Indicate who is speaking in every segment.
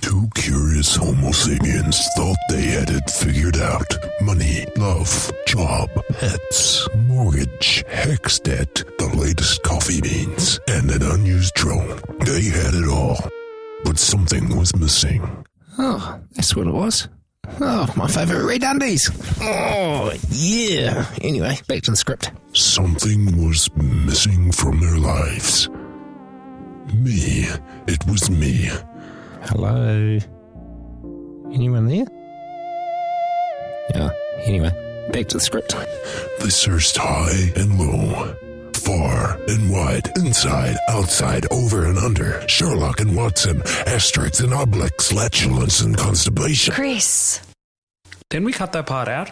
Speaker 1: Two curious Homo sapiens thought they had it figured out. Money, love, job, pets, mortgage, hex debt, the latest coffee beans, and an unused drone. They had it all. But something was missing.
Speaker 2: Oh, that's what it was. Oh, my favourite red undies. Oh, yeah. Anyway, back to the script.
Speaker 1: Something was missing from their lives. Me. It was me.
Speaker 2: Hello. Anyone there? Yeah. Anyway, back to the script.
Speaker 1: They searched high and low, far and wide, inside, outside, over and under, Sherlock and Watson, asterisks and obliques, flatulence and constipation.
Speaker 3: Chris.
Speaker 4: Didn't we cut that part out?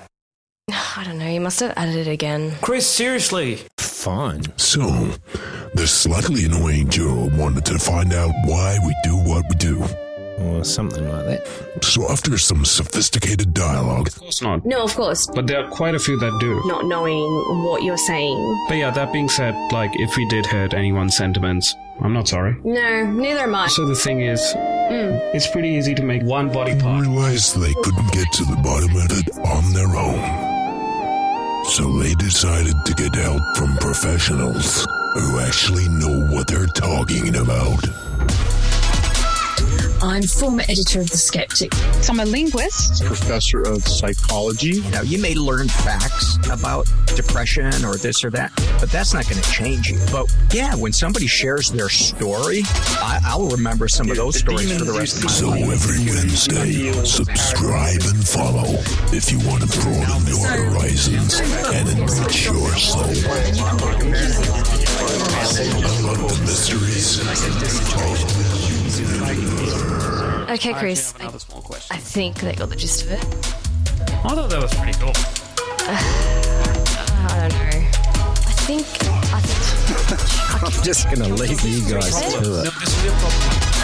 Speaker 3: I don't know, you must have added it again.
Speaker 4: Chris, seriously.
Speaker 2: Fine.
Speaker 1: So, the slightly annoying Joe wanted to find out why we do what we do.
Speaker 2: Or something like that.
Speaker 1: So, after some sophisticated dialogue,
Speaker 4: Of course not.
Speaker 5: No, of course,
Speaker 4: But there are quite a few that do.
Speaker 5: not knowing what you're saying.
Speaker 4: But yeah, that being said, like, if we did hurt anyone's sentiments, I'm not sorry.
Speaker 5: No, neither am I.
Speaker 4: So the thing is, it's pretty easy to make one body
Speaker 1: they
Speaker 4: part.
Speaker 1: realized they couldn't get to the bottom of it on their own. So, they decided to get help from professionals who actually know what they're talking about.
Speaker 6: I'm former editor of The Skeptic.
Speaker 7: So I'm a linguist.
Speaker 8: professor of psychology.
Speaker 9: Now, you may learn facts about depression or this or that, but that's not going to change you. But yeah, when somebody shares their story, I, I'll remember some of those stories for the rest of my
Speaker 1: So
Speaker 9: life.
Speaker 1: every Wednesday, subscribe and follow if you want to broaden your horizons and enrich your soul. Unlock the mysteries
Speaker 3: Okay, Chris. I,
Speaker 4: small question.
Speaker 3: I think they got the gist of it.
Speaker 4: I thought that was pretty cool.
Speaker 3: I don't know. I think. I think
Speaker 2: Just gonna leave you guys to it.
Speaker 4: This is your problem.